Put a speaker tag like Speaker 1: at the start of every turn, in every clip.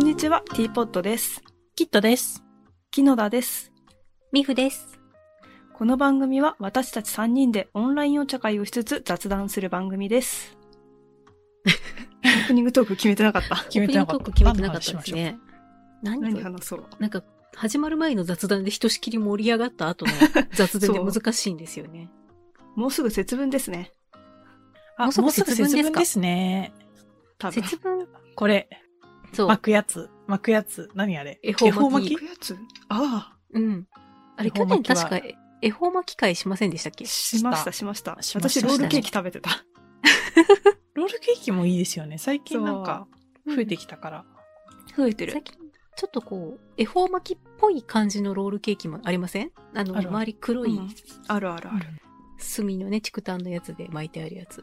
Speaker 1: にちは、ティーポットです。
Speaker 2: キットです。
Speaker 1: 木野田です。
Speaker 3: ミフです。
Speaker 1: この番組は私たち3人でオンラインお茶会をしつつ雑談する番組です。オープニングトーク決めてなかった。
Speaker 3: オー
Speaker 2: 決め
Speaker 3: プニ
Speaker 2: て
Speaker 3: ン
Speaker 2: な
Speaker 3: グト
Speaker 2: かっ
Speaker 3: ー
Speaker 2: た。
Speaker 3: ク決めてなかったですね。何
Speaker 1: 何
Speaker 3: か
Speaker 1: 話そう。
Speaker 3: なんか、始まる前の雑談でひとしきり盛り上がった 後の雑談で難しいんですよね。
Speaker 1: もうすぐ節分ですね。あ
Speaker 3: もうす
Speaker 2: も
Speaker 3: ぐ
Speaker 2: うすぐ
Speaker 3: 節分
Speaker 2: 節
Speaker 3: です
Speaker 2: 分
Speaker 3: か
Speaker 2: ですね。
Speaker 1: 多分。
Speaker 3: 節分、
Speaker 2: これ、
Speaker 3: そう
Speaker 2: 巻。くやつ。巻くやつ。何あれ
Speaker 3: 恵方巻き
Speaker 1: 行くやつあ
Speaker 3: うん。あれ、
Speaker 2: 恵方
Speaker 3: 去年
Speaker 2: 巻きは
Speaker 3: 確か恵方巻き会しませんでしたっけ
Speaker 1: あ、しました、しました。
Speaker 2: しまし
Speaker 1: 私、
Speaker 2: た
Speaker 1: ロールケーキ食べてた。
Speaker 2: ロールケーキもいいですよね。最近なんか増えてきたから。
Speaker 1: 増えて
Speaker 3: 最。近、ちょっとこう、恵方巻きっぽい感じのロールケーキもありませんあの、
Speaker 2: ある
Speaker 3: 周り黒
Speaker 1: う
Speaker 3: い
Speaker 1: ん、あるあるある。
Speaker 3: 炭のね、竹炭のやつで巻いてあるやつ。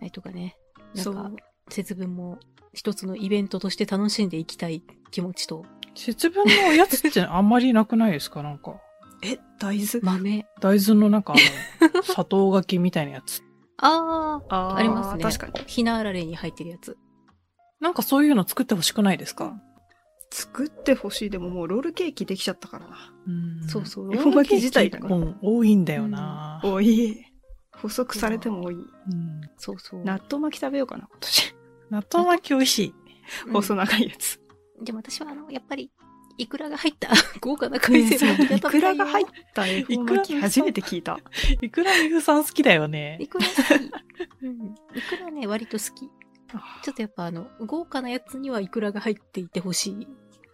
Speaker 3: あれとかね。な
Speaker 1: そ
Speaker 3: んか
Speaker 1: う、。
Speaker 3: 節分も一つのイベントとして楽しんでいきたい気持ちと、
Speaker 2: 節分のおやつってあんまりなくないですかなんか。
Speaker 1: え、大豆
Speaker 3: 豆。
Speaker 2: 大豆のなんかあの、砂糖がきみたいなやつ。
Speaker 3: あー、
Speaker 1: あー
Speaker 3: ありますね。
Speaker 1: 確かに。
Speaker 3: ひなあられに入ってるやつ。
Speaker 2: なんかそういうの作ってほしくないですか
Speaker 1: 作ってほしい。でももうロールケーキできちゃったからな。
Speaker 2: うん
Speaker 3: そうそう。
Speaker 1: 恵方巻き自体が
Speaker 2: もう多いんだよな、
Speaker 1: 多 い。補足されても多い。
Speaker 2: うん
Speaker 3: そうそう。
Speaker 1: 納豆巻き食べようかな、今年。
Speaker 2: 納豆巻き美味しい。
Speaker 3: うん
Speaker 1: 細長いや つ。
Speaker 3: でも私は、あの、やっぱり、いくらが入った豪華な海鮮巻 きが
Speaker 1: い
Speaker 3: 食
Speaker 1: く
Speaker 3: べた
Speaker 1: ら
Speaker 3: いよ。
Speaker 1: が入った恵方巻き初めて聞いた。
Speaker 2: いくらみふさん好きだよね。
Speaker 3: いくら好き。うん。いくらね、割と好き。ちょっとやっぱあの、豪華なやつにはいくらが入っていてほしい。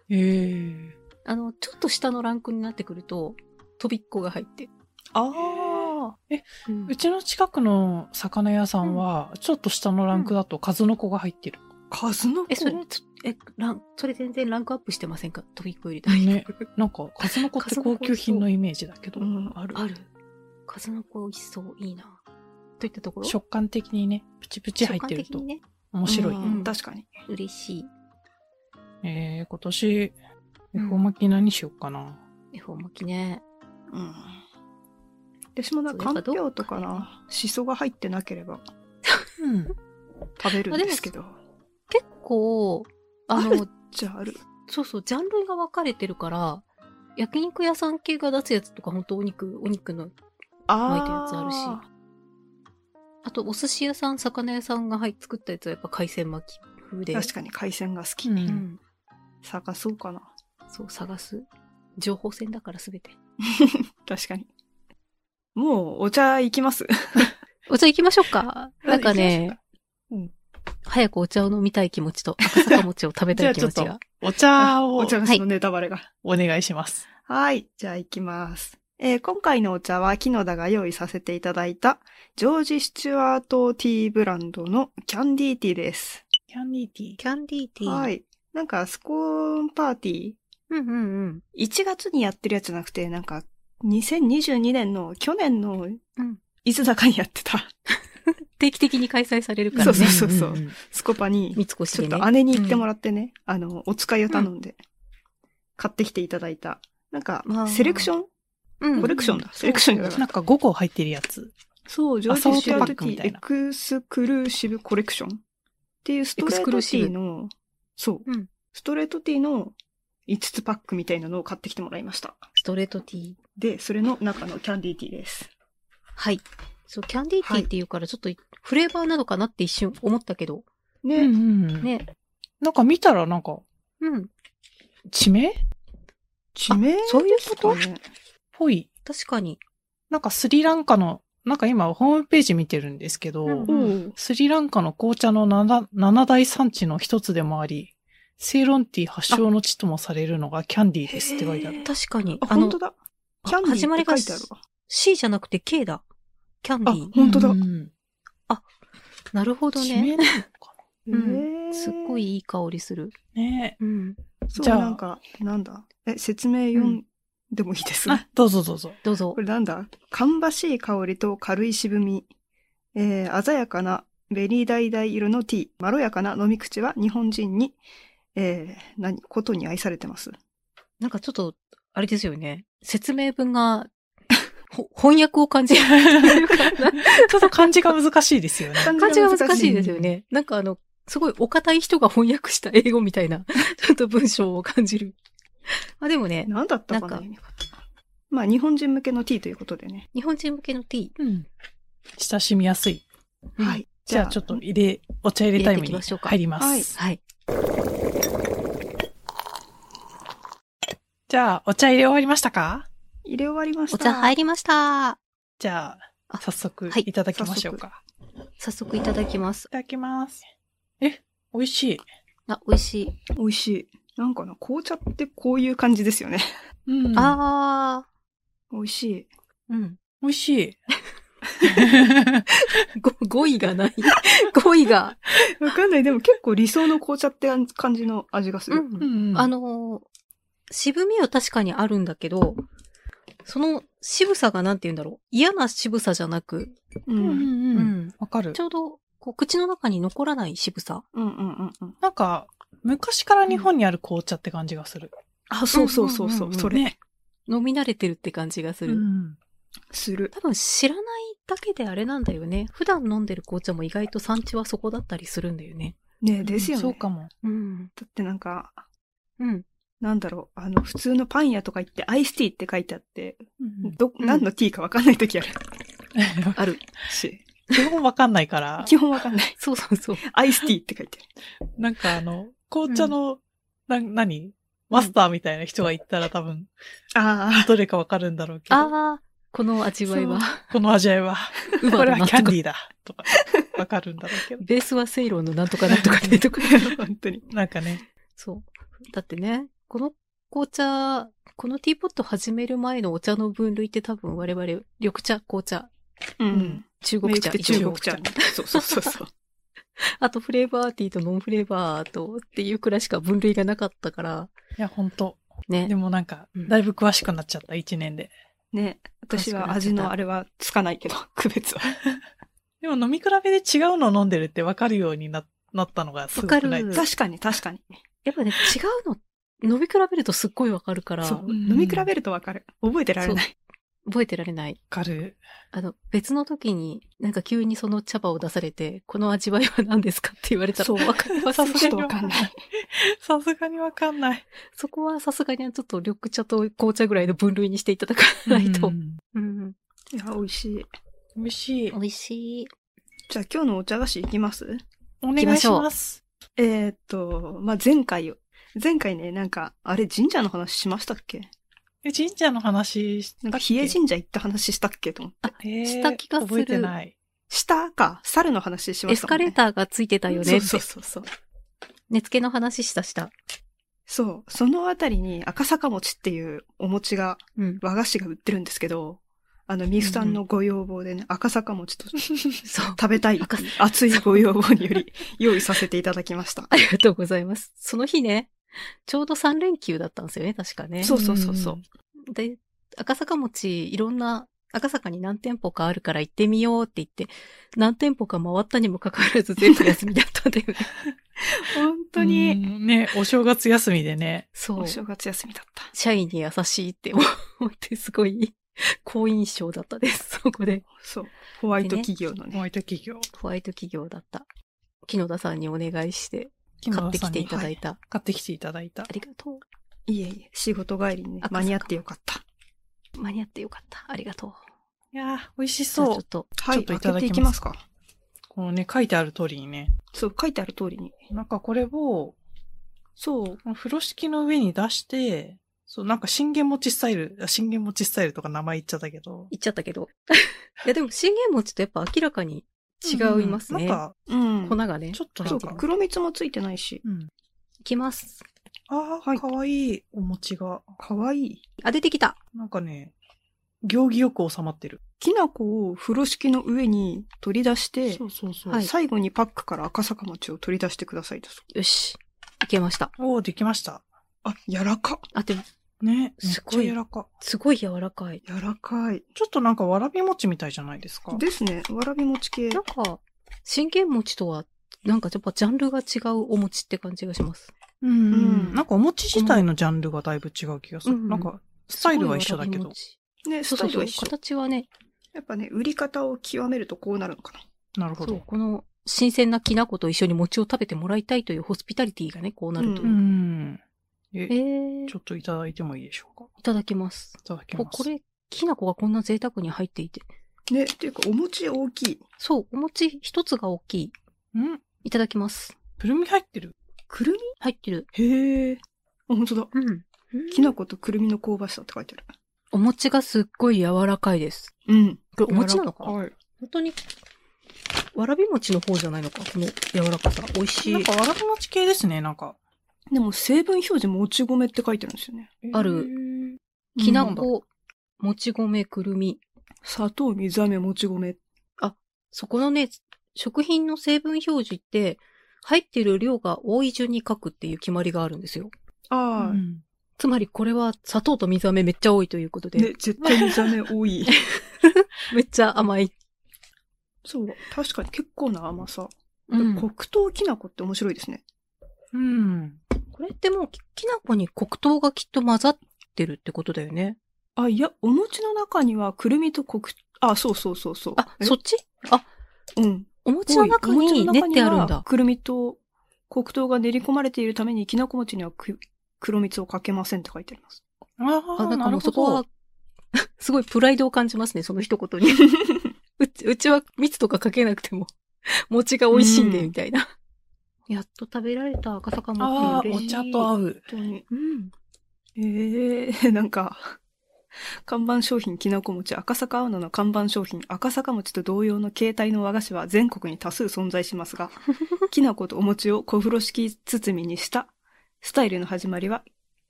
Speaker 2: えー
Speaker 3: あの、ちょっと下のランクになってくると、とびっこが入って。
Speaker 1: あ
Speaker 3: うん
Speaker 2: うちの近くの魚屋さんは、ちょっと下のランクだと数の子が入ってる。
Speaker 1: あ、数の子
Speaker 3: え、それ、つえ、ラン、それ全然ランクアップしてませんかとびっこより大
Speaker 2: ね、なんか数の子って
Speaker 3: 数の子
Speaker 2: 高級品のイメージだけど
Speaker 1: う、ん、ある。
Speaker 3: ある。数の子美味しそう、いいな。といったところ。
Speaker 2: 食感的にね、プチプチ入ってる
Speaker 3: 食感的
Speaker 2: と
Speaker 3: にね、
Speaker 2: 面白い。
Speaker 1: うん
Speaker 3: うん
Speaker 1: 確かに。
Speaker 3: 嬉しい。
Speaker 2: えー、今年、恵
Speaker 3: うん
Speaker 2: 方巻き何しようかな。
Speaker 3: 恵方巻きね。
Speaker 1: うん。私もな、
Speaker 3: そうや
Speaker 1: か
Speaker 3: っ
Speaker 1: ん
Speaker 3: ぱ
Speaker 1: ぴ
Speaker 3: どっ
Speaker 1: ょ
Speaker 3: か
Speaker 1: うとか
Speaker 3: ね
Speaker 1: な、しそが入ってなければ
Speaker 2: うん。
Speaker 1: 食べるんですけど。
Speaker 3: 結構、あ
Speaker 1: あ
Speaker 3: の、
Speaker 1: じゃあある。
Speaker 3: そうそう、ジャンルが分かれてるから、焼肉屋さん系が出すやつとか、ほんとお肉、お肉の、巻いたやつあるし
Speaker 1: あ
Speaker 3: あとお寿司屋さん、魚屋さんが、はい、作ったやつはやっぱ海鮮巻き風
Speaker 1: ー
Speaker 3: で。
Speaker 1: 確かに海鮮が好き。
Speaker 2: うん
Speaker 3: うん。
Speaker 1: 探そうかな。
Speaker 3: そう、探す。情報戦だからすべて。
Speaker 1: 確かに。もう、お茶行きます。
Speaker 3: お茶行きましょうか。なんかね、
Speaker 1: 行きましょうか。
Speaker 3: 早くお茶を飲みたい気持ちと、赤坂餅を食べた い気持ち
Speaker 2: じゃ
Speaker 3: が。
Speaker 2: お茶
Speaker 1: うん。
Speaker 2: を
Speaker 1: お茶菓子のネタバレが。
Speaker 2: お願いします。
Speaker 1: はい。じゃあ行きます。えー今回のお茶は、木野田が用意させていただいた、ジョージ・スチュワートティーブランドのキャンディーティーです。
Speaker 2: キャンディーティー。
Speaker 3: キャンディーティー。
Speaker 1: は。い。なんか、スコーンパーティ
Speaker 3: うんうんうん。
Speaker 1: ー、1月にやってるやつじゃなくて、なんか、2022年の、去年の
Speaker 3: うん、
Speaker 1: いつだかにやってた、
Speaker 3: 定期的に開催されるから
Speaker 1: そ
Speaker 3: ね。
Speaker 1: うそうそうそうん
Speaker 2: んん
Speaker 1: スコパに、
Speaker 3: 三越
Speaker 1: ちょ
Speaker 3: で
Speaker 1: っ
Speaker 3: ね。
Speaker 1: と姉に行ってもらってね、あの、お使いを頼んで、買ってきていただいた。なんか
Speaker 3: あー、
Speaker 1: セレクション
Speaker 3: うん
Speaker 1: コレクションだ。
Speaker 2: そう
Speaker 1: セレクションじゃなかった
Speaker 2: なんか5個入ってるやつ。
Speaker 1: そう、ジョ
Speaker 2: アサ
Speaker 1: ー
Speaker 2: ー
Speaker 1: ジ・
Speaker 2: ト
Speaker 1: シア
Speaker 2: パ
Speaker 1: トテ
Speaker 2: ック
Speaker 1: ィ
Speaker 2: み
Speaker 1: ー
Speaker 2: た
Speaker 1: エ
Speaker 2: いな
Speaker 1: クスクルーシブコレクションっていうストレートティーの、そう、
Speaker 3: うん
Speaker 1: ストレートティーの5つパックみたいなのを買ってきてもらいました。
Speaker 3: ストレートティー。
Speaker 1: で、それの中のキャンディーティーです。
Speaker 3: はい。そう、キャンディーティーっていうから、ちょっとフレーバーなのかなって一瞬思ったけど。
Speaker 1: ね、
Speaker 2: んん
Speaker 3: ね。
Speaker 2: なんか見たらなんか、
Speaker 3: うん。
Speaker 2: 地名っ
Speaker 1: 地名
Speaker 3: そういうこと
Speaker 1: ですかね
Speaker 2: ぽい
Speaker 3: 確かに。
Speaker 2: なんかスリランカの、なんか今ホームページ見てるんですけど、
Speaker 3: うん
Speaker 1: おう
Speaker 2: スリランカの紅茶の七七大産地の一つでもあり、セイロンティー発祥の地ともされるのがキャンディーですって書いてある。
Speaker 3: 確かに。
Speaker 1: あ、
Speaker 3: あの
Speaker 1: 本当、だ。
Speaker 3: あ
Speaker 1: キャンディーって
Speaker 3: 始まり
Speaker 1: 書
Speaker 3: が
Speaker 1: いてあるわ。
Speaker 3: C じゃなくて K だ。キャンディー
Speaker 1: あ。本当だ
Speaker 2: うん
Speaker 3: なるほど
Speaker 2: 地
Speaker 3: ね
Speaker 2: 名。なのか
Speaker 3: うん
Speaker 1: へー
Speaker 3: すっご。いいい香りする。
Speaker 2: なね
Speaker 3: うん。
Speaker 1: そう、
Speaker 2: じゃあ
Speaker 1: なんか、なんだ。え、説明読んでもいいですか、
Speaker 2: あ、どうぞどうぞ。
Speaker 3: どうぞ
Speaker 1: こ。れなんだ芳しい香りと軽い渋み、えー鮮やかなベリー橙色のティー、まろやかな飲み口は日本人に、えー何、ことに愛されてます。
Speaker 3: なんかちょっと、あれですよね。説明文が、 ほ翻訳を感じるというか。
Speaker 2: ちょっと漢字が難しいですよ ね。
Speaker 3: 漢字が難しいですよね。なんかあの、すごいお堅い人が翻訳した英語みたいな、 ちょっと文章を感じる。まあでもね、
Speaker 1: 何だったか
Speaker 3: な
Speaker 1: なん
Speaker 3: か
Speaker 1: 読み方まあ、日本人向けの T ということでね。
Speaker 3: 日本人向けの T。
Speaker 2: うん。親しみやすい。
Speaker 3: うん
Speaker 1: はい。
Speaker 2: じゃあちょっと入れ、お茶入れタイム
Speaker 3: 入れていき
Speaker 2: に
Speaker 3: ましょうか
Speaker 2: 入ります。
Speaker 1: はい
Speaker 3: はい。
Speaker 2: じゃあお茶入れ終わりましたか
Speaker 1: 入れ終わりました。
Speaker 3: お茶入りました。
Speaker 2: じゃあ、
Speaker 3: あ
Speaker 2: 早速
Speaker 3: はい
Speaker 2: いただきましょうか。
Speaker 3: 早速いただきます
Speaker 2: い。ただきます。え、美味しい。
Speaker 3: あ、美味しい。
Speaker 1: 美味しい。なんかな、紅茶ってこういう感じですよね。
Speaker 2: うん
Speaker 3: あ
Speaker 1: 美味しい。
Speaker 3: ー。うん。
Speaker 2: 美味しい。
Speaker 3: ご、語彙がない。 語彙が。
Speaker 1: わかんない。でも結構理想の紅茶って感じの味がす
Speaker 3: う
Speaker 1: る。
Speaker 3: ん。
Speaker 2: ん
Speaker 3: あ、のー渋みは確かにあるんだけど、その渋さがなんて言うんだろう。嫌な渋さじゃなく、
Speaker 1: う
Speaker 2: うん
Speaker 1: ん。
Speaker 2: う
Speaker 1: うん
Speaker 3: う
Speaker 2: んうん。
Speaker 3: ん
Speaker 2: わかる
Speaker 3: ち。ょうど、こう、口の中に残らない渋さ。
Speaker 1: うんうんうん。
Speaker 2: なんか、昔から日本にある紅茶って感じがする。
Speaker 1: あ、そうそうそう
Speaker 3: うんうん
Speaker 1: そうう。
Speaker 3: んうん
Speaker 1: それ、
Speaker 2: ね。
Speaker 3: 飲み慣れてるって感じがする。
Speaker 2: うん
Speaker 1: する。
Speaker 3: 多分知らないだけであれなんだよね。普段飲んでる紅茶も意外と産地はそこだったりするんだよね。
Speaker 1: ねですよね。
Speaker 2: そうかも。
Speaker 3: うん。
Speaker 1: だってなんか、
Speaker 3: うん。
Speaker 1: なんだろう、あの、普通のパン屋とか行って、アイスティーって書いてあって、
Speaker 2: うん
Speaker 1: ど、
Speaker 3: うん
Speaker 1: 何のティーかわかんない時ある
Speaker 3: ある。
Speaker 1: し、
Speaker 2: 基本わかんないから、
Speaker 1: 基本わかんない。
Speaker 3: そうそうそう。
Speaker 1: アイスティーって書いて
Speaker 2: なんかあの、紅茶の、な、何マスターみたいな人が行ったら多分、
Speaker 1: ある。あ
Speaker 2: どれかわかるんだろうけど、
Speaker 3: ああ、この味わいは、
Speaker 2: この味わいは、
Speaker 3: ウ バ
Speaker 2: こ
Speaker 3: だ
Speaker 2: れは
Speaker 3: な
Speaker 2: キャ
Speaker 3: と
Speaker 2: ン
Speaker 3: か
Speaker 2: デ、ィーだ、とか、わかるんだろうけど。
Speaker 3: ベースはセイロンのなんとかなんとかでとか。
Speaker 1: あ、 本当に。
Speaker 2: なんかね、
Speaker 3: そう。だってね、この紅茶、このティーポット始める前のお茶の分類って多分我々、緑茶、紅茶、
Speaker 1: うんん。
Speaker 3: 中
Speaker 1: メイ
Speaker 3: 国
Speaker 1: ク
Speaker 3: 茶
Speaker 1: って、中国
Speaker 2: 一
Speaker 1: 茶
Speaker 2: 応。
Speaker 1: そうそうそうそう。
Speaker 3: あとフレーバーティーとノンフレーバーとっていうくらいしか分類がなかったから、
Speaker 2: いや、ほんと。で
Speaker 3: ね。
Speaker 2: もなんか、
Speaker 3: うん
Speaker 2: だいぶ詳しくなっちゃった、一年で。
Speaker 1: ね。私は味のあれはつかないけど、 区別は。
Speaker 2: でも飲み比べで違うの飲んでるってわかるようにななったのがすごくない
Speaker 3: わ
Speaker 2: です
Speaker 3: かる
Speaker 2: か
Speaker 1: 確かに、確かに。
Speaker 3: やっぱね、違うの、飲み比べるとすっごいわかるから、
Speaker 1: そう。
Speaker 2: うん
Speaker 1: 飲み比べるとわかる。覚えてられない。
Speaker 3: 覚えてられない。
Speaker 2: わかる。
Speaker 3: あの、別の時に、なんか急にその茶葉を出されて、この味わいは何ですかって言われた ら、
Speaker 1: そう
Speaker 3: わかります
Speaker 1: さすがにちょっとわかんない。
Speaker 2: さすがにわかんない。
Speaker 3: そこはさすがにちょっと緑茶と紅茶ぐらいの分類にしていただかないと。
Speaker 2: うん
Speaker 3: うん。
Speaker 1: いや、美味しい。
Speaker 2: 美味しい
Speaker 3: 美。味しい。
Speaker 1: じゃあ今日のお茶菓子いきます
Speaker 2: お
Speaker 3: き
Speaker 2: 願
Speaker 3: ま
Speaker 2: い
Speaker 3: し
Speaker 2: し
Speaker 3: ょう
Speaker 2: ます。
Speaker 1: えーっと、まあ、前回を。前回ね、なんか、あれ、神社の話しましたっけ
Speaker 2: え神社の話した
Speaker 1: なんか、
Speaker 2: っけ
Speaker 1: 比叡神社行った話したっけと思って。
Speaker 2: えー
Speaker 3: した気がする
Speaker 2: 覚えてない。
Speaker 1: したか、猿の話しま
Speaker 3: エ
Speaker 1: し
Speaker 3: ス
Speaker 1: たも
Speaker 3: カ
Speaker 1: んね。
Speaker 3: レーターがついてたよねって。
Speaker 1: そうそうそうそう。
Speaker 3: 寝付けの話したした。
Speaker 1: そう。そのあたりに赤坂餅っていうお餅が、
Speaker 3: うん。
Speaker 1: 和菓子が売ってるんですけど、あの、ミスさんのご要望でね、赤坂餅 と食
Speaker 3: そう。
Speaker 1: べたい
Speaker 3: 赤
Speaker 1: 熱いご要望により用意させていただきま した。
Speaker 3: ありがとうございます。その日ね、ちょうど3連休だったんですよね、確かね。
Speaker 1: そうそうそうそう。
Speaker 3: で、赤坂餅、いろんな、赤坂に何店舗かあるから行ってみようって言って、何店舗か回ったにもかかわらず全部休みだったんだよね。
Speaker 1: 本当
Speaker 2: う
Speaker 1: に、
Speaker 2: んね、お正月休みでね。
Speaker 3: そう
Speaker 1: お。正月休みだった。
Speaker 3: 社員に優しいって思って、すごい 好印象だったです、 そこで。
Speaker 1: そう。ホワイト企業の
Speaker 2: ホ
Speaker 1: ね。
Speaker 2: ワイト企業。
Speaker 3: ホワイト企業だった。木野田さんにお願いして、
Speaker 2: 木
Speaker 3: 買っ
Speaker 2: 村
Speaker 3: て
Speaker 2: さ
Speaker 3: き
Speaker 2: ん
Speaker 3: て
Speaker 2: に
Speaker 3: いただいた。
Speaker 2: はい買ってきていただいた
Speaker 3: あ。りがと
Speaker 1: いえいえ、仕事帰りにね
Speaker 3: 赤坂
Speaker 1: 間に合ってよかった。
Speaker 3: う。間に合ってよかった。ありがとう。
Speaker 2: いやー、美味し
Speaker 3: じゃあち
Speaker 2: そ
Speaker 3: ょ
Speaker 2: う
Speaker 3: っ。と、
Speaker 1: は
Speaker 2: ちょっ
Speaker 1: い、
Speaker 2: とい
Speaker 1: 開
Speaker 2: た
Speaker 1: け
Speaker 2: だ
Speaker 1: てい
Speaker 2: き
Speaker 1: き
Speaker 2: ま
Speaker 1: ますすか。
Speaker 2: このね、書いてある通りにね。
Speaker 1: そう、書いてある通りに。
Speaker 2: なんかこれを、
Speaker 1: そう、
Speaker 2: 風呂敷の上に出して、そう、なんか信玄餅スタイル、あ信玄餅スタイルとか名前言っちゃったけど。
Speaker 3: 言っちゃったけど。 いや、でも、信玄餅とやっぱ明らかに違いますね。
Speaker 2: うんなんか、
Speaker 1: うん
Speaker 3: 粉。がね。
Speaker 2: ちょっとな
Speaker 1: そ
Speaker 2: ん
Speaker 1: う
Speaker 2: か
Speaker 1: か、、黒蜜もついてないし。
Speaker 2: うん。
Speaker 3: いきます。
Speaker 2: ああ、
Speaker 1: はい
Speaker 2: かわいいお餅が。
Speaker 1: かわいい。
Speaker 3: あ、出てきた。
Speaker 2: なんかね、行儀よく収まってる。
Speaker 1: きな粉を風呂敷の上に取り出して、
Speaker 2: うそうそ
Speaker 3: はい
Speaker 1: 最後にパックから赤坂餅を取り出してくださいだそう
Speaker 3: よし。いけました。
Speaker 2: おお、できました。
Speaker 1: あ、柔らか。
Speaker 3: あ、でも、
Speaker 2: ね、めっ
Speaker 3: す
Speaker 2: ち
Speaker 3: ご
Speaker 2: ゃ
Speaker 3: い
Speaker 2: 柔らか。
Speaker 3: すごい柔らかい。
Speaker 1: 柔らかい。
Speaker 2: ちょっとなんかわらび餅みたいじゃないですか。
Speaker 1: ですね。わらび餅系。
Speaker 3: なんか、信玄餅とは、なんかやっぱジャンルが違うお餅って感じがします。
Speaker 2: うん、
Speaker 1: うん
Speaker 2: なんかお餅自体のジャンルがだいぶ違う気がする。
Speaker 3: うん
Speaker 2: なんか、スタイルは一緒だけど。
Speaker 3: す
Speaker 1: ね、ス
Speaker 3: ご
Speaker 1: タ
Speaker 3: い
Speaker 1: イル
Speaker 3: 柔らかいお餅そう
Speaker 1: は
Speaker 3: そうそう。
Speaker 1: 一緒。
Speaker 3: 形はね、
Speaker 1: やっぱね、売り方を極めるとこうなるのかな。
Speaker 2: なるほ
Speaker 3: そう、
Speaker 2: ど。
Speaker 3: この新鮮なきな粉と一緒に餅を食べてもらいたいというホスピタリティがね、こうなるというう。
Speaker 2: ん。え、
Speaker 3: えー、
Speaker 2: ちょっといただいてもいいでしょうか。
Speaker 3: いただきます。
Speaker 2: いただき
Speaker 3: こ
Speaker 2: ます。
Speaker 3: これ、きな粉がこんな贅沢に入っていて。
Speaker 1: ね、っていうか、お餅大きい。
Speaker 3: そう、お餅一つが大きい。
Speaker 2: うん
Speaker 3: いただきます。
Speaker 2: くるみ入ってる。
Speaker 1: くるみ
Speaker 3: 入ってる。
Speaker 1: へえ。あ、本当だ。
Speaker 3: うん。
Speaker 1: きな粉とくるみの香ばしさって書いてある。
Speaker 3: お餅がすっごい柔らかいです。
Speaker 1: うん。
Speaker 3: これお餅なのかな
Speaker 2: はい。
Speaker 3: 本当に、わらび餅の方じゃないのかこの柔らかさ。美味し
Speaker 2: ないん。かわらび餅系ですね、なんか。
Speaker 1: でも成分表示もち米って書いてるんですよね。
Speaker 3: ある
Speaker 2: えー。
Speaker 3: きな
Speaker 1: うん
Speaker 3: 粉、もち米、くるみ。
Speaker 1: 砂糖、水飴、もち米。
Speaker 3: そこのね、食品の成分表示って、入ってる量が多い順に書くっていう決まりがあるんですよ。
Speaker 1: ああ、
Speaker 2: うん
Speaker 3: つまりこれは砂糖と水飴めっちゃ多いということで、
Speaker 1: ね、絶対水飴多 い。
Speaker 3: めっちゃ甘い。
Speaker 1: そう、確かに結構な甘さ。
Speaker 3: うん
Speaker 1: 黒糖きな粉って面白いですね。
Speaker 2: うん。
Speaker 3: これってもうき、きな粉に黒糖がきっと混ざってるってことだよね。
Speaker 1: あ、いや、お餅の中にはくるみと黒糖、あ、そうそうそうそう。
Speaker 3: あ、
Speaker 1: え
Speaker 3: そっち
Speaker 1: うん。
Speaker 3: お餅の中
Speaker 1: お餅
Speaker 3: に
Speaker 1: の
Speaker 3: 練っ
Speaker 1: 中
Speaker 3: てあるん
Speaker 1: には
Speaker 3: だ。
Speaker 1: くるみと黒糖が練り込まれているために、きなこ餅にはく黒蜜をかけませんって書いてあります。
Speaker 2: あ
Speaker 3: あ、
Speaker 2: あ、
Speaker 3: なん
Speaker 2: な
Speaker 3: かも
Speaker 2: る
Speaker 3: う
Speaker 2: ほ
Speaker 3: そこは
Speaker 2: ど。、
Speaker 3: すごいプライドを感じますね、その一言 に。うち、うちは蜜とかかけなくても、 餅が美味しいんで、
Speaker 1: うん
Speaker 3: みたいな。やっと食べられた赤坂
Speaker 2: あ
Speaker 3: 餅
Speaker 2: あ、
Speaker 3: 嬉
Speaker 2: お
Speaker 3: しい。
Speaker 2: 茶と合う。
Speaker 1: 本当に。
Speaker 3: うん。
Speaker 1: ええー、なん か、看板商品きなこ餅、赤坂青菜の看板商品、赤坂餅と同様の形態の和菓子は全国に多数存在しますが、きなことお餅を小風呂敷包みにしたスタイルの始まりは、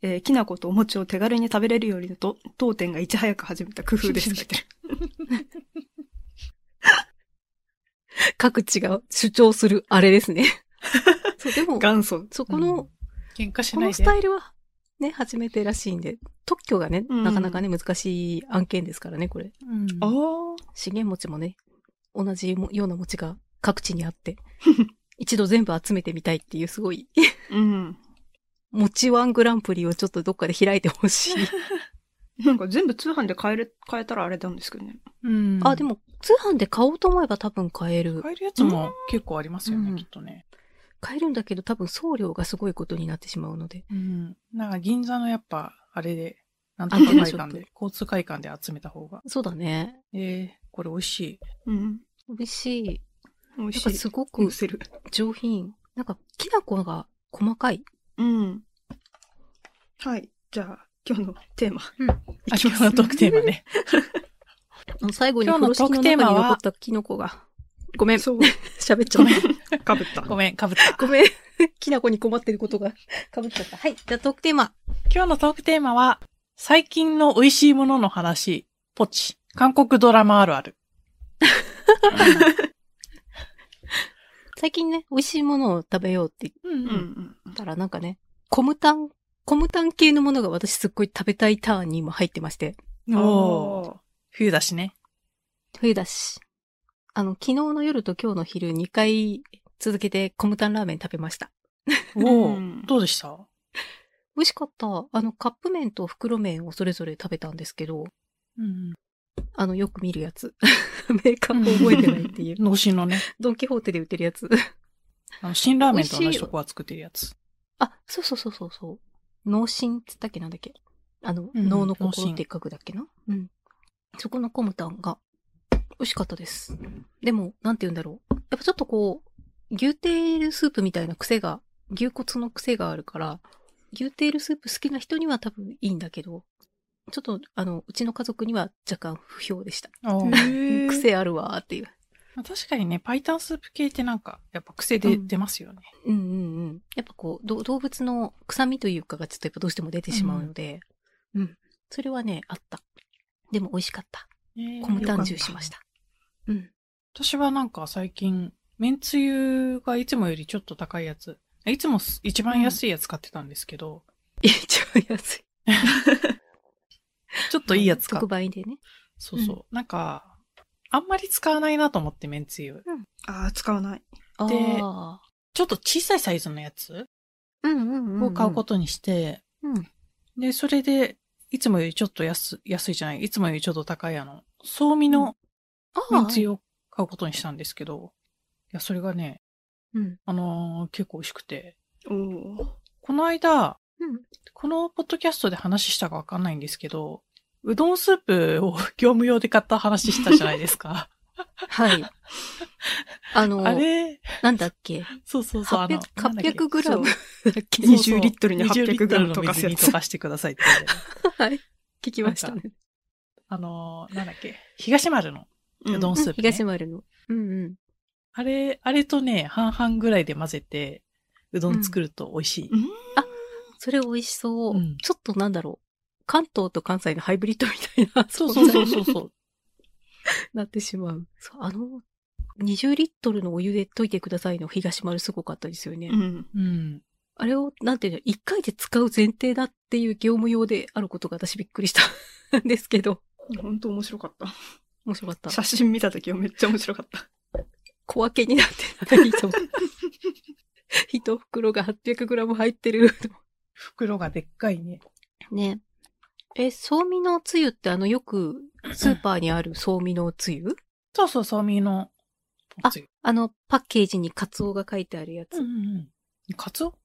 Speaker 1: えーきなことお餅を手軽に食べれるようにと、当店がいち早く始めた工夫です。書いてある
Speaker 3: 各地が主張するあれです ね。そう、でも、
Speaker 1: 元祖。
Speaker 3: そこの、
Speaker 2: 喧嘩し
Speaker 3: こ
Speaker 2: な
Speaker 3: の
Speaker 2: い
Speaker 3: ス
Speaker 2: で。
Speaker 3: タイルは、ね、初めてらしいんで、特許がね、
Speaker 1: うん
Speaker 3: なかなかね、難しい案件ですからね、これ。
Speaker 2: うん
Speaker 1: ああ、
Speaker 3: 資源餅もね、同じもような餅が各地にあ って、一度全部集めてみたいっていう、すごい、
Speaker 1: うん。
Speaker 3: 餅ワングランプリをちょっとどっかで開いてほしい。
Speaker 1: なんか全部通販で買える、買えたらあれなんですけどね。
Speaker 2: うん
Speaker 3: あ、で。も、通販で買おうと思えば多分買える。
Speaker 2: 買えるやつも結構ありますよ
Speaker 3: うん
Speaker 2: ね、きっとね。
Speaker 3: 買えるんだけど、多分送料がすごいことになってしまうので。
Speaker 2: うん。なんか銀座のやっぱ、あれで、なんと
Speaker 3: あ
Speaker 2: か会
Speaker 3: ちょっ
Speaker 2: 館
Speaker 3: と
Speaker 2: で、交通会館で集めた方が。
Speaker 3: そうだね。
Speaker 2: えー、これ美味しい。
Speaker 1: うん。
Speaker 3: 美味しい。
Speaker 1: 美味
Speaker 3: なん
Speaker 1: し
Speaker 3: か
Speaker 1: い。
Speaker 3: すご
Speaker 1: く
Speaker 3: く
Speaker 1: せる。
Speaker 3: 上品。なんか、きな粉が細かい。
Speaker 1: うん。はい。じゃあ、今日のテーマ。
Speaker 3: うん
Speaker 2: あ、
Speaker 1: いきま
Speaker 2: 今日
Speaker 1: す
Speaker 2: のトークテーマね。
Speaker 3: あの最後に
Speaker 2: 今日
Speaker 3: 風呂
Speaker 2: の
Speaker 3: 敷
Speaker 2: トー
Speaker 3: の
Speaker 2: クテ
Speaker 3: 中
Speaker 2: ー
Speaker 3: に
Speaker 2: マは
Speaker 3: 残ったキノコが。ごめん、
Speaker 1: そう。
Speaker 3: 喋っちゃ
Speaker 2: ご
Speaker 3: っ
Speaker 2: めん
Speaker 3: た。、
Speaker 1: かぶった。
Speaker 2: ごめん、かぶった。
Speaker 3: ごめん。 きな粉に困ってることが 被っちゃった。はい。じゃあトークテーマ。
Speaker 2: 今日のトークテーマは、最近の美味しいものの話、ポチ、韓国ドラマあるある。
Speaker 3: 最近ね、美味しいものを食べようって
Speaker 2: うん
Speaker 1: うんうん
Speaker 3: 言ったらなんかね、コムタン、コムタン系のものが私すっごい食べたいターンに今入ってまして。
Speaker 1: うん。
Speaker 2: おー
Speaker 1: ー
Speaker 2: 冬だしね。
Speaker 3: 冬だし。あの、昨日の夜と今日の昼2回続けてコムタンラーメン食べました。
Speaker 2: お
Speaker 1: う
Speaker 2: ー
Speaker 1: ん
Speaker 2: どうでした
Speaker 3: 美味しかった。あの、カップ麺と袋麺をそれぞれ食べたんですけど、
Speaker 2: うん。
Speaker 3: あの、よく見るやつ。 メーカーも覚え てないっていう。
Speaker 2: 脳死のね、
Speaker 3: ドンキホーテで売ってるやつ。
Speaker 2: あの、辛ラーメンと
Speaker 3: 美
Speaker 2: 同
Speaker 3: 味し
Speaker 2: じ
Speaker 3: い
Speaker 2: とこは作ってるやつ。
Speaker 3: あ、そうそうそうそうそう。脳神っつったっけなんだっけあの、
Speaker 2: うん
Speaker 3: 脳の
Speaker 2: 脳
Speaker 3: 心
Speaker 2: 神
Speaker 3: って書くだっけなうん。そこのコムタンが美味しかったです。でも、なんて言うんだろう。やっぱちょっとこう、牛テールスープみたいな癖が、牛骨の癖があるから、牛テールスープ好きな人には多分いいんだけど、ちょっと、あの、うちの家族には若干不評でした。
Speaker 2: おー
Speaker 1: へー
Speaker 3: 癖あるわーっていう。
Speaker 2: まあ 確かにね、パイタンスープ系ってなんか、やっぱ癖で
Speaker 3: うん
Speaker 2: 出ますよね。
Speaker 3: うんうんうん。やっぱこう、ど動物の臭みというかがちょっとやっぱどうしても出てしまうので、うん、それはね、あった。でも美味しかった。
Speaker 2: えー
Speaker 3: コムタンジューしまし。た。うん。
Speaker 2: 私はなんか最近、めんつゆがいつもよりちょっと高いやつ。いつもす一番安いやつ買ってたんですけど、
Speaker 3: 一番安い。
Speaker 2: ちょっといいやつ買っ
Speaker 3: 特売でね。
Speaker 2: そうそう。なんか、あんまり使わないなと思って、めんつゆ。
Speaker 1: ああ、使わない。
Speaker 3: あ
Speaker 2: で
Speaker 3: あ。
Speaker 2: ちょっと小さいサイズのやつ
Speaker 3: うんうんうん。。
Speaker 2: を買うこととにして、
Speaker 3: うん。
Speaker 2: で、それで、いつもよりちょっと安、安いじゃない、いつもよりちょっと高いあの、そうみの
Speaker 3: ああ。
Speaker 2: めんつゆを買うことにしたんですけど、や、それがね、
Speaker 3: うん。
Speaker 2: あのー結構美味しくて。
Speaker 1: おー
Speaker 2: この間、
Speaker 3: うん。
Speaker 2: このポッドキャストで話したかわかんないんですけど、うどんスープを業務用で買った話したじゃないですか。
Speaker 3: はい。 あの、
Speaker 2: あれ、
Speaker 3: なんだっけ
Speaker 2: そうそうそう、あの、
Speaker 3: ?800、800グラムだっけ
Speaker 2: そうそう
Speaker 1: 20リットルに
Speaker 2: 20
Speaker 1: 800グラム溶かす
Speaker 2: 水
Speaker 1: や
Speaker 2: に
Speaker 1: つ
Speaker 2: 溶かしてくださいっ て。
Speaker 3: はい。聞きましたね。
Speaker 2: あのーなんだっけ、東丸の
Speaker 1: う
Speaker 2: うどんスープ、ね
Speaker 3: 東丸の。うんうん。
Speaker 2: あれ、あれとね、半々ぐらいで混ぜて、うどん作ると美味しい。
Speaker 1: うん
Speaker 3: それ美味しそう。
Speaker 2: うん
Speaker 3: ちょっとなんだろう。関東と関西のハイブリッドみたいな、
Speaker 2: そう
Speaker 3: 存在
Speaker 2: そうそうそう。
Speaker 3: なってしまう。そう、あの、20リットルのお湯で溶いてくださいの東丸すごかったですよね。
Speaker 1: うん。
Speaker 2: うん。
Speaker 3: あれを、なんていうの、一回で使う前提だっていう業務用であることが私びっくりした んですけど、
Speaker 1: 本当面白かった。
Speaker 3: 面白かっ た。
Speaker 1: 写真見た時はめっちゃ面白かった。
Speaker 3: 小分けになってないと思う。 一袋が 800g 入ってる。
Speaker 2: 袋がでっかいね。
Speaker 3: ね。え、そうみのつゆってあのよくスーパーにあるそうみのつゆ
Speaker 2: そうそう、そうみの。
Speaker 3: ああのパッケージにカツオが書いてあるやつ。
Speaker 2: うんうんうん。カツオ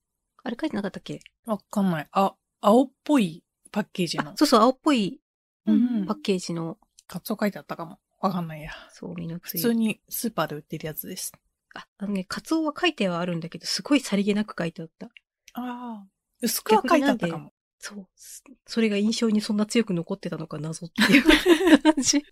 Speaker 3: あれ書いてなかったっけ
Speaker 2: わかんない。あ、青っぽいパッケージ
Speaker 3: あ
Speaker 2: の。
Speaker 3: そうそう、青っぽい
Speaker 2: うんうん
Speaker 3: パッケージの
Speaker 2: カツオ書いてあったかも。わかんないや。
Speaker 3: そうみのつ
Speaker 2: 普
Speaker 3: ゆ。
Speaker 2: 通にスーパーで売ってるやつです。
Speaker 3: あ、あのね、カツオは書いてはあるんだけど、すごいさりげなく書いてあった。
Speaker 2: ああ。薄くは書いてあったかも。
Speaker 3: そう。すそれが印象にそんな強く残ってたのか謎って いう感じ。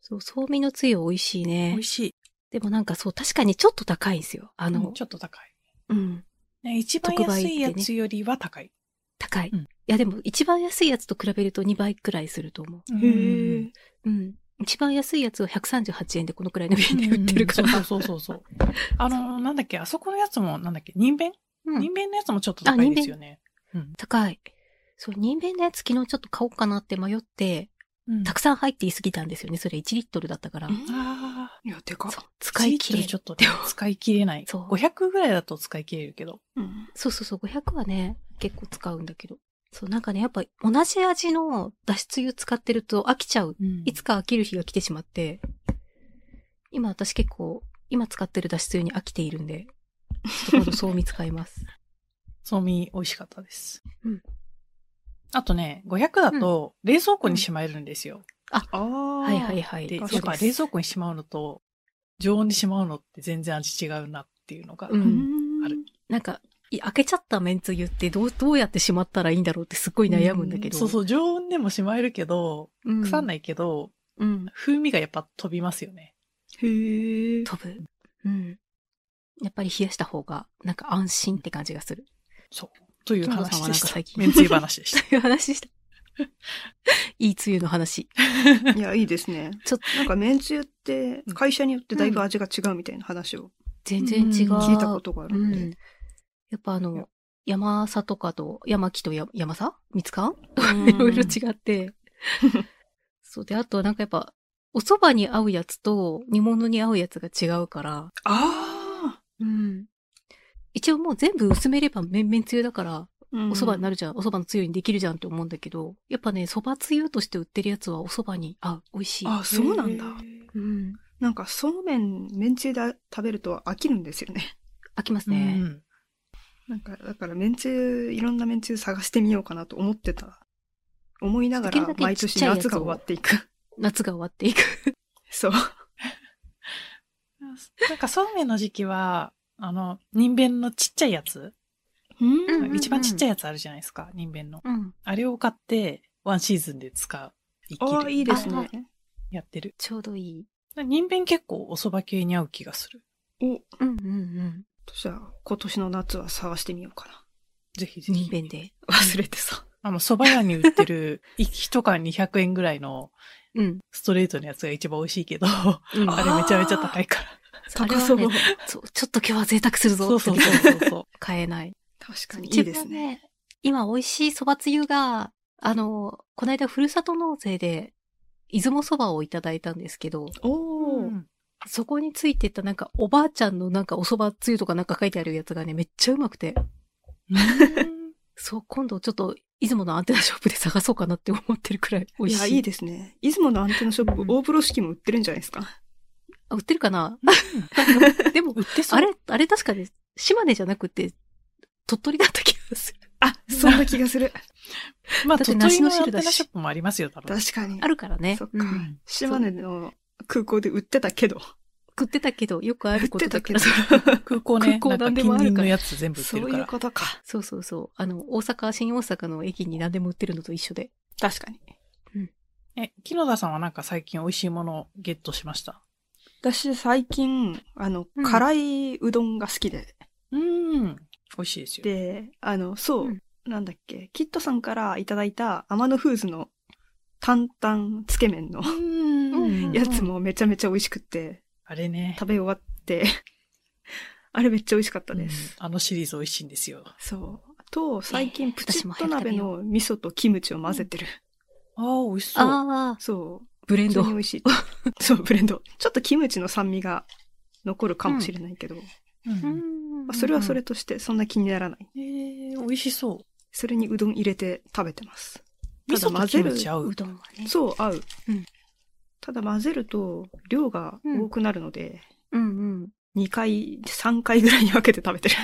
Speaker 3: そう、そうみのつゆ美味しい
Speaker 2: 美
Speaker 3: ね
Speaker 2: 味。しい。
Speaker 3: でもなんかそう、確かにちょっと高いんですよ。あ
Speaker 2: あ
Speaker 3: の、
Speaker 2: ちょっと高い。
Speaker 3: うん、
Speaker 2: ね、一番安いやつよりは高い。
Speaker 3: 高い。
Speaker 2: うん
Speaker 3: いやでも一番安いやつと比べると2倍くらいすると思
Speaker 2: うん
Speaker 1: へえ。
Speaker 3: う。うん。一番安いやつは138円でこのくらいの
Speaker 2: う
Speaker 3: 瓶
Speaker 2: ん
Speaker 3: で
Speaker 2: うん
Speaker 3: 売ってるから。
Speaker 2: そうそうそうそう。あの、なんだっけ、あそこのやつも、なんだっけ、人弁
Speaker 3: うん
Speaker 2: 人弁のやつもちょっと高いですよね。
Speaker 3: 高い。そう、人弁のやつ昨日ちょっと買おうかなって迷って、
Speaker 2: うん
Speaker 3: たくさん入って言いすぎたんですよね。それ1リットルだったから。
Speaker 2: ああ。
Speaker 1: いや、でかっ
Speaker 3: そう、使い切れ
Speaker 2: 1リットルちょっとね使い切れない。
Speaker 3: そう
Speaker 2: 500ぐらいだと使い切れるけど。
Speaker 1: うん。
Speaker 3: そうそうそう、500はね、結構使うんだけど。そう、なんかね、やっぱ同じ味のだしつゆ使ってると飽きちゃう。いつか飽きる日が来てしまって、今私結構、今使ってるだしつゆに飽きているんで、ちょっと今度そうみ使い ます。
Speaker 2: そうみ美味しかったです。
Speaker 3: うん
Speaker 2: あとね、500だと冷蔵庫にしまえるんですよ。
Speaker 1: ああ。
Speaker 3: はいはいはい。
Speaker 2: で、や
Speaker 3: そう
Speaker 2: っ
Speaker 3: で
Speaker 2: ぱ
Speaker 3: す
Speaker 2: 冷蔵庫にしまうのと、常温にしまうのって全然味違うなっていうのが。
Speaker 1: う
Speaker 3: う
Speaker 1: んん。
Speaker 2: ある
Speaker 3: なんか、い開けちゃっためんつゆってどう、どうやってしまったらいいんだろうってすっごい悩むんだけど。
Speaker 2: そうそう、常温でもしまえるけど、
Speaker 3: うん。
Speaker 2: 腐ん
Speaker 3: い。
Speaker 2: ないけど、
Speaker 3: うん。
Speaker 2: 風味がやっぱ飛びますよね。
Speaker 1: へえ。
Speaker 3: 飛ぶ。うん。やっぱり冷やした方が、なんか安心って感じがする。
Speaker 2: そう。という話でした。
Speaker 3: キムさんは
Speaker 2: め
Speaker 3: なんんか最近
Speaker 2: つゆ話 でした。
Speaker 3: という 話した。いいつゆの話。
Speaker 1: いや、いいですね。
Speaker 3: ちょっと
Speaker 1: なんか、めんつゆって、会社によってだいぶ味が違うみたいな話を
Speaker 3: 全然違う。
Speaker 2: うん
Speaker 1: 聞いたことがある
Speaker 3: う
Speaker 1: ので。
Speaker 3: ん。やっぱあの、山佐とかと、山木とや山佐三つかん
Speaker 1: うん
Speaker 3: いろいろ違 って。そうで、あとはなんかやっぱ、お蕎麦に合うやつと煮物に合うやつが違うから。
Speaker 1: ああ。
Speaker 3: うん。一応もう全部薄めれば面々つゆだから、お
Speaker 1: お
Speaker 3: 蕎麦にな
Speaker 1: る。
Speaker 3: るじゃん、お蕎麦のつゆにできるじゃんって思うんだけど、やっぱね、蕎麦つゆとして売ってるやつはお蕎麦に合う。美味しい。
Speaker 1: あ、そうなんだ。
Speaker 3: うん。
Speaker 1: なんか、そうめん、めんつゆで食べると飽きるんですよね。
Speaker 3: 飽きます
Speaker 2: う
Speaker 3: ね。
Speaker 2: ん。
Speaker 1: なんか、だから、めんつゆ、いろんなめんつゆ探してみようかなと思ってた。思いなが
Speaker 3: できるだ
Speaker 1: ら、
Speaker 3: け
Speaker 1: 毎
Speaker 3: ちっ
Speaker 1: 年
Speaker 3: ちゃいやつ
Speaker 1: 夏が終わっていく。
Speaker 3: 夏が終わっていく。
Speaker 1: そう。
Speaker 2: なんかそうめんの時期は、あの、人弁のちっちゃいやつ、
Speaker 3: うんうん
Speaker 2: 一番ちっちゃいやつあるじゃないですか、人弁の。
Speaker 3: うん。
Speaker 2: あれを買って、ワンシーズンで使う。一
Speaker 1: あ
Speaker 2: 気
Speaker 1: あ、
Speaker 2: で
Speaker 1: いいです
Speaker 3: あは
Speaker 1: ね。
Speaker 2: やってる。
Speaker 3: ちょうどいい。
Speaker 2: 人弁結構お蕎麦系に合う気がする。
Speaker 1: お、
Speaker 3: うんうんうん。
Speaker 1: じゃあ、今年の夏は探してみようかな。
Speaker 2: ぜひぜ
Speaker 3: 人
Speaker 2: ひ。
Speaker 3: 弁で。
Speaker 1: 忘れてさ。
Speaker 2: あの、蕎麦屋に売ってる、 一缶200円ぐらいの
Speaker 3: うん。
Speaker 2: ストレートのやつが一番美味しいけど、あ
Speaker 3: うん
Speaker 1: あ
Speaker 2: れめちゃめちゃ高いから。
Speaker 3: あれ
Speaker 1: 高
Speaker 3: は
Speaker 1: そう。
Speaker 3: ね、そう、ちょっと今日は贅沢するぞ
Speaker 2: そうそうそうそうそう。
Speaker 3: 買えない。
Speaker 1: 確かに、いいですね。
Speaker 3: うちも。今美味しい蕎麦つゆが、あの、この間ふるさと納税で、出雲蕎麦をいただいたんですけど、
Speaker 1: おー。
Speaker 2: うん
Speaker 3: そこについてたなんかおばあちゃんのなんかお蕎麦つゆとかなんか書いてあるやつがね、めっちゃうまくて。そう、今度ちょっと出雲のアンテナショップで探そうかなって思ってるくらい美
Speaker 1: い
Speaker 3: 味し
Speaker 1: や、
Speaker 3: い。
Speaker 1: いいですね。出雲のアンテナショップ、
Speaker 3: うん
Speaker 1: 大風呂敷も売ってるんじゃないですか。
Speaker 3: あ売ってるか なでも、
Speaker 2: 売ってそう。
Speaker 3: あれ、あれ確かね、島根じゃなくて、鳥取だった気がする。
Speaker 1: あ、そんな気が する。
Speaker 2: まあ、
Speaker 3: だって
Speaker 2: 鳥取
Speaker 3: 梨
Speaker 2: の
Speaker 3: の
Speaker 2: アン
Speaker 3: 汁
Speaker 2: テ
Speaker 3: だ
Speaker 2: ナ
Speaker 3: し
Speaker 2: ショップもありますよ、多分。
Speaker 1: 確かに
Speaker 3: あ。るからね。
Speaker 1: そっか
Speaker 3: うん
Speaker 1: 島根の空港で売ってたけど。
Speaker 3: 食ってたけど、よくあることだから。
Speaker 1: 食ってたけ
Speaker 2: 空港ね、
Speaker 3: 空港
Speaker 2: なんか
Speaker 3: 何で
Speaker 2: 近
Speaker 3: もあるから
Speaker 2: 隣のやつ全部売って
Speaker 1: そ
Speaker 2: る
Speaker 1: う
Speaker 2: か
Speaker 1: いう
Speaker 2: ら。
Speaker 1: ことか。
Speaker 3: そうそうそう。あの、大阪、新大阪の駅に何でも売ってるのと一緒で。
Speaker 1: 確かに。
Speaker 2: え、木野田さんはなんか最近美味しいものをゲットしました
Speaker 1: 私最近、あの、
Speaker 3: うん
Speaker 1: 辛いうどんが好きで。
Speaker 2: うん。美味しいですよ。
Speaker 1: で、あの、そう、
Speaker 3: うん
Speaker 1: なんだっけ、キットさんからいただいた天野フーズの担々つけ麺の
Speaker 2: うん
Speaker 1: やつ。もめちゃめちゃ美味しくって、
Speaker 2: あれね。
Speaker 1: 食べ終わって、あれめっちゃ美味しかったです。
Speaker 2: うんあのシリーズ美味しいんですよ。
Speaker 1: そう。と、最近プチッと鍋
Speaker 3: 私も
Speaker 1: の味噌とキムチを混ぜてる。
Speaker 2: ああ、美味しそう。
Speaker 3: ああ、
Speaker 1: そう。
Speaker 3: ブレン
Speaker 1: 普通
Speaker 3: ド
Speaker 1: に。美味しい。 そう、ブレンド。ちょっとキムチの酸味が残るかもしれないけど、
Speaker 2: うん
Speaker 1: まあそれはそれとしてそんな気にならない。
Speaker 2: えー、美味しそ
Speaker 1: それにうどん入れて食べてます。
Speaker 2: う。味
Speaker 1: ただ
Speaker 2: 噌と
Speaker 1: 混
Speaker 2: キ
Speaker 1: ぜる
Speaker 2: ムチ合う
Speaker 3: う。どんはね。
Speaker 1: そう、合う。
Speaker 3: うん
Speaker 1: ただ混ぜると量が多くなるので、
Speaker 3: うんうん。
Speaker 1: 2回、3回ぐらいに分けて食べてる。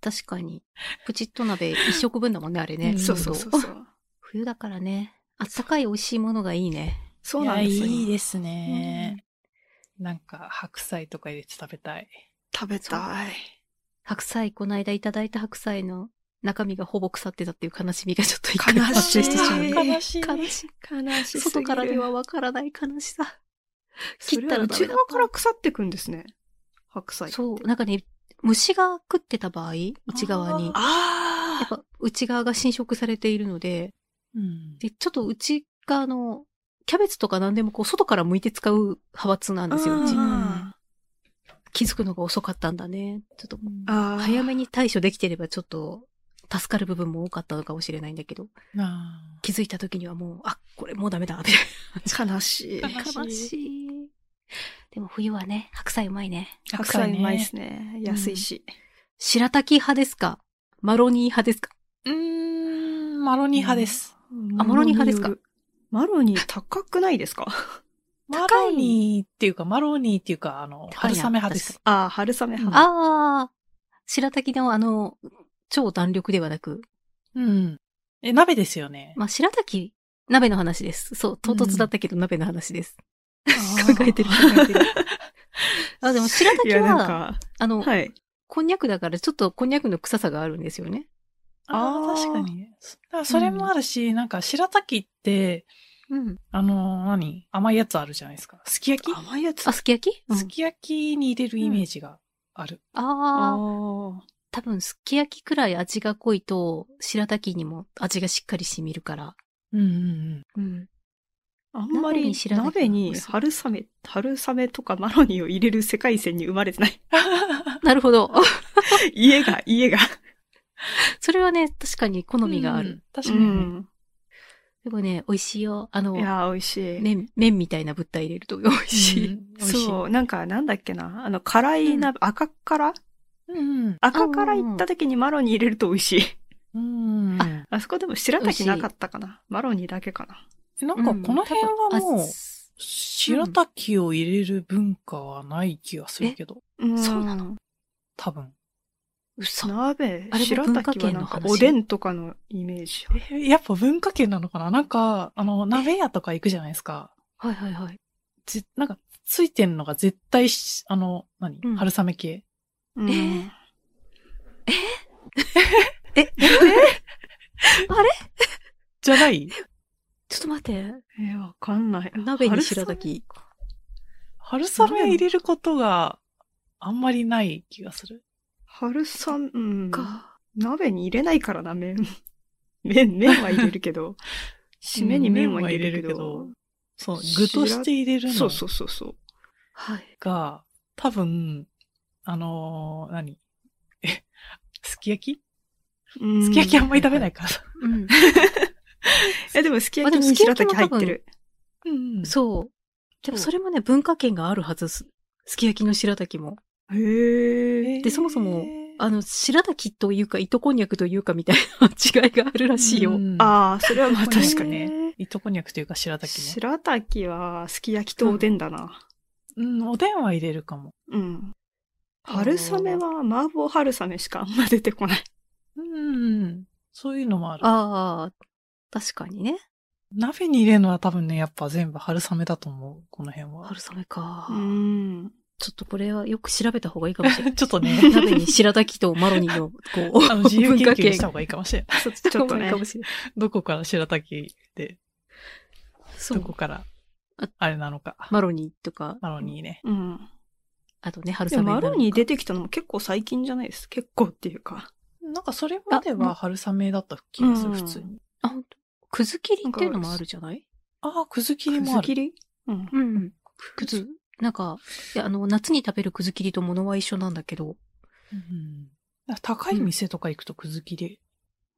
Speaker 3: 確かに。プチッと鍋一食分だもんね、あれ
Speaker 2: う
Speaker 3: ね。
Speaker 2: ん
Speaker 1: そうそうそうそう。
Speaker 3: 冬だからね。あったかい美味しいものがいいね。
Speaker 1: そうなんですよ。
Speaker 2: いやいいですね、なんか白菜とか入れて食べたい。
Speaker 1: 食べたい。
Speaker 3: 白菜、この間いただいた白菜の中身がほぼ腐ってたっていう悲しみがちょっと一回
Speaker 1: 悲しい
Speaker 3: 発生してしまうね。
Speaker 2: 悲しい。
Speaker 3: 悲し
Speaker 1: 悲
Speaker 3: い。外からではわからない悲しさ。
Speaker 1: それは内側から腐ってくんですね。白菜。
Speaker 3: そう、なんかね、虫が食ってた場合、内側に。やっ
Speaker 1: ああ
Speaker 3: ぱ内側が侵食されているので、
Speaker 2: うん
Speaker 3: で、ちょっと内側の、キャベツとか何でもこう外から向いて使う派閥なんですよ、うち
Speaker 2: ん。
Speaker 3: 気づくのが遅かったんだね。ちょっと、
Speaker 1: ああ。
Speaker 3: 早めに対処できてればちょっと、助かる部分も多かったのかもしれないんだけど、
Speaker 2: な
Speaker 3: 気づいた時にはもう、あ、これもうダメだ、みたい
Speaker 1: 悲し い。
Speaker 3: な。
Speaker 2: 悲しい
Speaker 3: 悲しい。でも冬はね、白菜うまいね。
Speaker 2: あ
Speaker 1: 白菜うまいです
Speaker 2: ね。
Speaker 1: ね。安いし。
Speaker 3: 白滝派ですかマロニー派ですか
Speaker 2: うーん、マロニー派です。
Speaker 3: あマロニー派ですか
Speaker 1: よるマロニー高くないですか
Speaker 2: マロニーっていうか、マロニーっていうか、あの、
Speaker 3: 高い
Speaker 2: 春
Speaker 3: な
Speaker 2: 雨派です。
Speaker 1: ああ、春雨
Speaker 2: うん
Speaker 1: 派。
Speaker 3: ああ、白滝のあの、超弾力ではなく、
Speaker 2: うん。え、鍋ですよね。
Speaker 3: まあ、白滝、鍋の話です。そう、唐突だったけど鍋の話です。
Speaker 2: あー
Speaker 3: 考えてる考 えてる。あ、でも白
Speaker 1: い
Speaker 3: 滝
Speaker 1: や、なん
Speaker 3: は、
Speaker 1: か、
Speaker 3: あの、
Speaker 1: はい。
Speaker 3: こんにゃくだからちょっとこんにゃくの臭さがあるんですよね。
Speaker 2: あ
Speaker 1: あ
Speaker 2: あ、
Speaker 1: ー
Speaker 2: 確かに。そだからそれもあるし、なんか、白滝って、
Speaker 3: うん。
Speaker 2: あの、何甘いやつあるじゃないですか。すき焼き
Speaker 1: 甘いやつ。
Speaker 3: あ、すき焼き、うん
Speaker 2: すき焼きに入れるイメージがある。
Speaker 3: ああ、
Speaker 1: ああ。
Speaker 3: 多分すき焼きくらい味が濃いと、白滝にも味がしっかり染みるから。
Speaker 2: うんうん
Speaker 3: うん。
Speaker 1: あんまり
Speaker 3: 鍋
Speaker 1: 鍋
Speaker 3: に
Speaker 1: に春
Speaker 3: 白
Speaker 1: 雨、春雨とかマロニーを入れる世界線に生まれてない。
Speaker 3: なるほど。
Speaker 1: 家が、家が。
Speaker 3: それはね、確かに好
Speaker 2: うん。
Speaker 3: みがある。
Speaker 2: うん。確
Speaker 1: う
Speaker 2: かにね。
Speaker 1: ん。
Speaker 3: でもね、美味しいよ。あの
Speaker 1: い、やー、美味しい。
Speaker 3: 麺、麺みたいな物体入れると美味しい。
Speaker 2: 美味しい
Speaker 1: そう、なんか、なんだっけな。あの、辛い鍋、赤辛
Speaker 2: うん。
Speaker 1: 赤辛行った時にマロニー入れると美味しい。
Speaker 2: うん。なん
Speaker 1: あそこでも白滝なかったかな。マロニーだけかな。
Speaker 2: かこの辺は
Speaker 3: うん多分
Speaker 2: もう
Speaker 3: あ、
Speaker 2: 白滝を入れる文化はない気がするけど、
Speaker 1: うん
Speaker 3: そうなの
Speaker 2: 多分。
Speaker 3: 嘘。
Speaker 1: 鍋
Speaker 3: あれ、も
Speaker 1: 白
Speaker 3: 文化
Speaker 1: 滝は
Speaker 3: 圏
Speaker 1: な
Speaker 3: の
Speaker 1: んか
Speaker 3: 話
Speaker 1: おでんとかのイメージ。
Speaker 2: えやっぱ文化圏なのかななんか、あの、鍋屋とか行くじゃないですか。
Speaker 3: はいはいはい。
Speaker 2: ぜなんか、ついてんのが絶対し、あの、何、
Speaker 3: うん
Speaker 2: 春雨系。
Speaker 1: うん
Speaker 3: えーえ、え
Speaker 2: じゃない
Speaker 3: ちょっと待って。
Speaker 1: えーわかんない。
Speaker 3: 鍋に白滝。
Speaker 2: 春雨入れることがあんまりない気がする。
Speaker 1: 春雨、うん。
Speaker 3: か。
Speaker 1: 鍋に入れないからな、麺。 麺、麺は入れるけど。締めに麺は入れるけ
Speaker 2: う
Speaker 1: ど
Speaker 2: ん。そう、具として入れる
Speaker 1: そ
Speaker 2: の
Speaker 1: うそうそうそう。
Speaker 3: はい。
Speaker 2: が、多分、あのー何 え、すき焼きすき焼きあんまり食べないから。
Speaker 3: うん。
Speaker 1: いやでもすき
Speaker 3: まあで
Speaker 1: 焼
Speaker 3: も
Speaker 1: きに白滝入ってる。
Speaker 2: うんう ん
Speaker 3: そう。でもそれもね、文化圏があるはずす。すき焼きの白滝も。
Speaker 1: へえ。
Speaker 3: でそもそも、
Speaker 2: あ
Speaker 3: あの、白滝というか、糸こんにゃくというかみたいな 違いがあるらしいよ。
Speaker 2: あ、
Speaker 1: ああ、それはまあ確かに。
Speaker 2: いとこにゃくというか白滝ね。
Speaker 1: 白滝はすき焼きとおでんだな。
Speaker 2: うん、おでんは入れるかも。
Speaker 1: うん。春雨は、麻婆春雨しかあんま出てこない。
Speaker 2: うん。そういうのもある。
Speaker 3: ああ、確かにね。
Speaker 2: 鍋に入れるのは多分ね、やっぱ全部春雨だと思う。この辺は。
Speaker 3: 春雨か。
Speaker 1: うん。
Speaker 3: ちょっとこれはよく調べた方がいいかもしれない。
Speaker 2: ちょっとね、
Speaker 3: 鍋に白滝とマロニの、こう、
Speaker 2: あの、自由
Speaker 3: 文
Speaker 2: 研
Speaker 3: 化
Speaker 2: 究
Speaker 3: 圏
Speaker 2: した方がいいかもしれ ない。
Speaker 3: そっち
Speaker 1: ちょっとね
Speaker 3: かもしれない。
Speaker 2: どこから白滝で、
Speaker 3: そ
Speaker 2: ど
Speaker 3: う
Speaker 2: こ。から
Speaker 3: あ、
Speaker 2: あれなのか。
Speaker 3: マロニとか、
Speaker 2: マロニーね。
Speaker 1: うん。
Speaker 3: あとね、春
Speaker 1: で
Speaker 3: 雨
Speaker 1: も、マロニー出
Speaker 3: で
Speaker 1: てきたのも結構最近じゃないです。結構っていうか。
Speaker 2: なんかそれまで
Speaker 3: あま
Speaker 2: は春雨だった気がす
Speaker 1: うん
Speaker 2: る、普通に。
Speaker 3: あ、ほんと。くず切りっていうのもあるじゃない
Speaker 2: ああ、くず切り
Speaker 1: く
Speaker 2: も
Speaker 1: ず
Speaker 2: ある
Speaker 1: 切。りうん。
Speaker 3: うん。くず。なんか、いやあの、夏に食べるくず切りと物は一緒なんだけど、
Speaker 2: うんなんか高い店とか行くとくず切り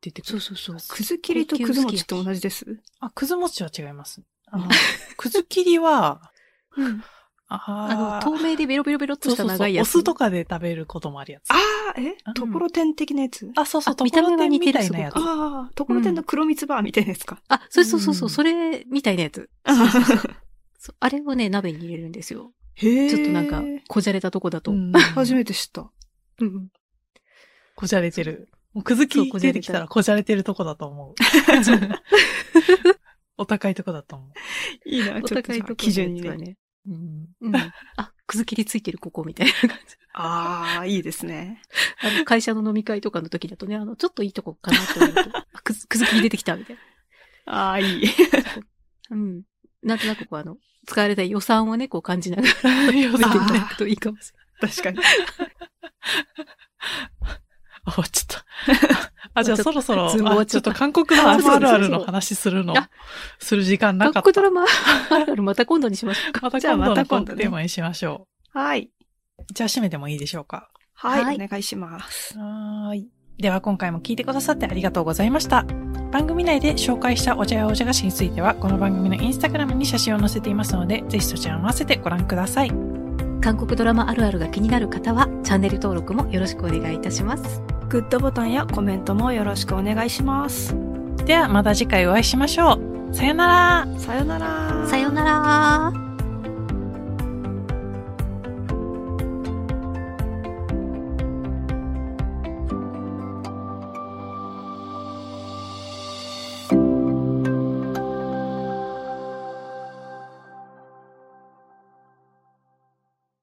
Speaker 2: 出てく
Speaker 3: そ
Speaker 2: る。
Speaker 3: うそうそう。
Speaker 1: くず切りとくず餅と同じです。
Speaker 2: あ、くず餅は違います。あの、くず切りは、
Speaker 1: うん。
Speaker 2: あ
Speaker 3: あの、
Speaker 2: ー
Speaker 3: 透明でベロベロベロっと
Speaker 2: そう
Speaker 3: し
Speaker 2: そ
Speaker 3: た
Speaker 2: うそう
Speaker 3: 長いやつ。
Speaker 2: お酢とかで食べることもあるやつ。
Speaker 1: ああ、え
Speaker 2: うん
Speaker 1: ところてん的なやつ。
Speaker 2: あ、そうそう、
Speaker 3: あ
Speaker 2: ところてん
Speaker 3: 見た目は似て
Speaker 2: みた
Speaker 3: る
Speaker 2: いなやつ。
Speaker 1: ああ、ところてんの黒蜜バーみたいなやつか。
Speaker 3: あ、そうそうそうそう、
Speaker 2: うん
Speaker 3: それみたいなやつ。そうあれをね、鍋に入れるんですよ。
Speaker 1: へえ。
Speaker 3: ちょっとなんか、こじゃれたとこだと。
Speaker 2: うん
Speaker 1: 初めて知った。
Speaker 3: うん
Speaker 2: こじゃれてる。もうくず切
Speaker 3: そう
Speaker 2: り
Speaker 3: こじゃ
Speaker 2: 出
Speaker 3: れ
Speaker 2: て
Speaker 3: た
Speaker 2: きたらこじゃれてるとこだと思う。お高いとこ だと思
Speaker 1: いいな、
Speaker 3: お
Speaker 1: ちょっとじ
Speaker 3: 互い
Speaker 1: ゃあ
Speaker 3: とこ
Speaker 1: 基準に
Speaker 3: だ
Speaker 1: ね。
Speaker 3: ね。
Speaker 2: う。うん
Speaker 3: うん。あ、くず切りついてるここみたいな 感じ。
Speaker 1: ああ、いいですね。
Speaker 3: あの、会社の飲み会とかの時だとね、あの、ちょっといいとこかなと思う と、あくず、くず切り出てきたみたい
Speaker 1: ああ、いい。
Speaker 3: な。うん。なんとなくこうあの、使われた予算をね、こう感じながら
Speaker 2: 予
Speaker 3: 見ていた
Speaker 2: 算
Speaker 3: だくといいかもし
Speaker 1: 確かに。
Speaker 2: あ、終わっちゃった。 あ、じゃあ
Speaker 3: ちょっと
Speaker 2: そろそろ、あ
Speaker 3: ズーム終わっち
Speaker 2: ち
Speaker 3: ゃ
Speaker 2: ょ
Speaker 3: っ
Speaker 2: ったと韓国ドラ
Speaker 3: あそう
Speaker 2: マ
Speaker 3: そ
Speaker 2: あ
Speaker 3: うそう
Speaker 2: るあるの話するの
Speaker 3: あ、
Speaker 2: する時間
Speaker 3: れな。
Speaker 2: ないか
Speaker 3: 韓
Speaker 2: っ
Speaker 3: 国。
Speaker 2: た
Speaker 3: ドラマ、あるあるまた今度にしましょうか。
Speaker 2: また
Speaker 1: じゃあ
Speaker 2: 今度
Speaker 1: ま
Speaker 2: の
Speaker 1: た今度ね
Speaker 2: テーマにしましょ
Speaker 1: はい。
Speaker 2: う。じゃあ締めてもいいでしょうか。
Speaker 1: は、
Speaker 3: はいい
Speaker 1: お願いします。
Speaker 2: はーい。では今回も聞いてくださってありがとうございました。番組内で紹介したお茶やお茶菓子については、この番組のインスタグラムに写真を載せていますので、ぜひそちらも合わせてご覧ください。
Speaker 3: 韓国ドラマあるあるが気になる方は、チャンネル登録もよろしくお願いいたします。
Speaker 1: グッドボタンやコメントもよろしくお願いします。
Speaker 2: ではまた次回お会いしましょう。さよなら。
Speaker 1: さよなら。
Speaker 3: さようなら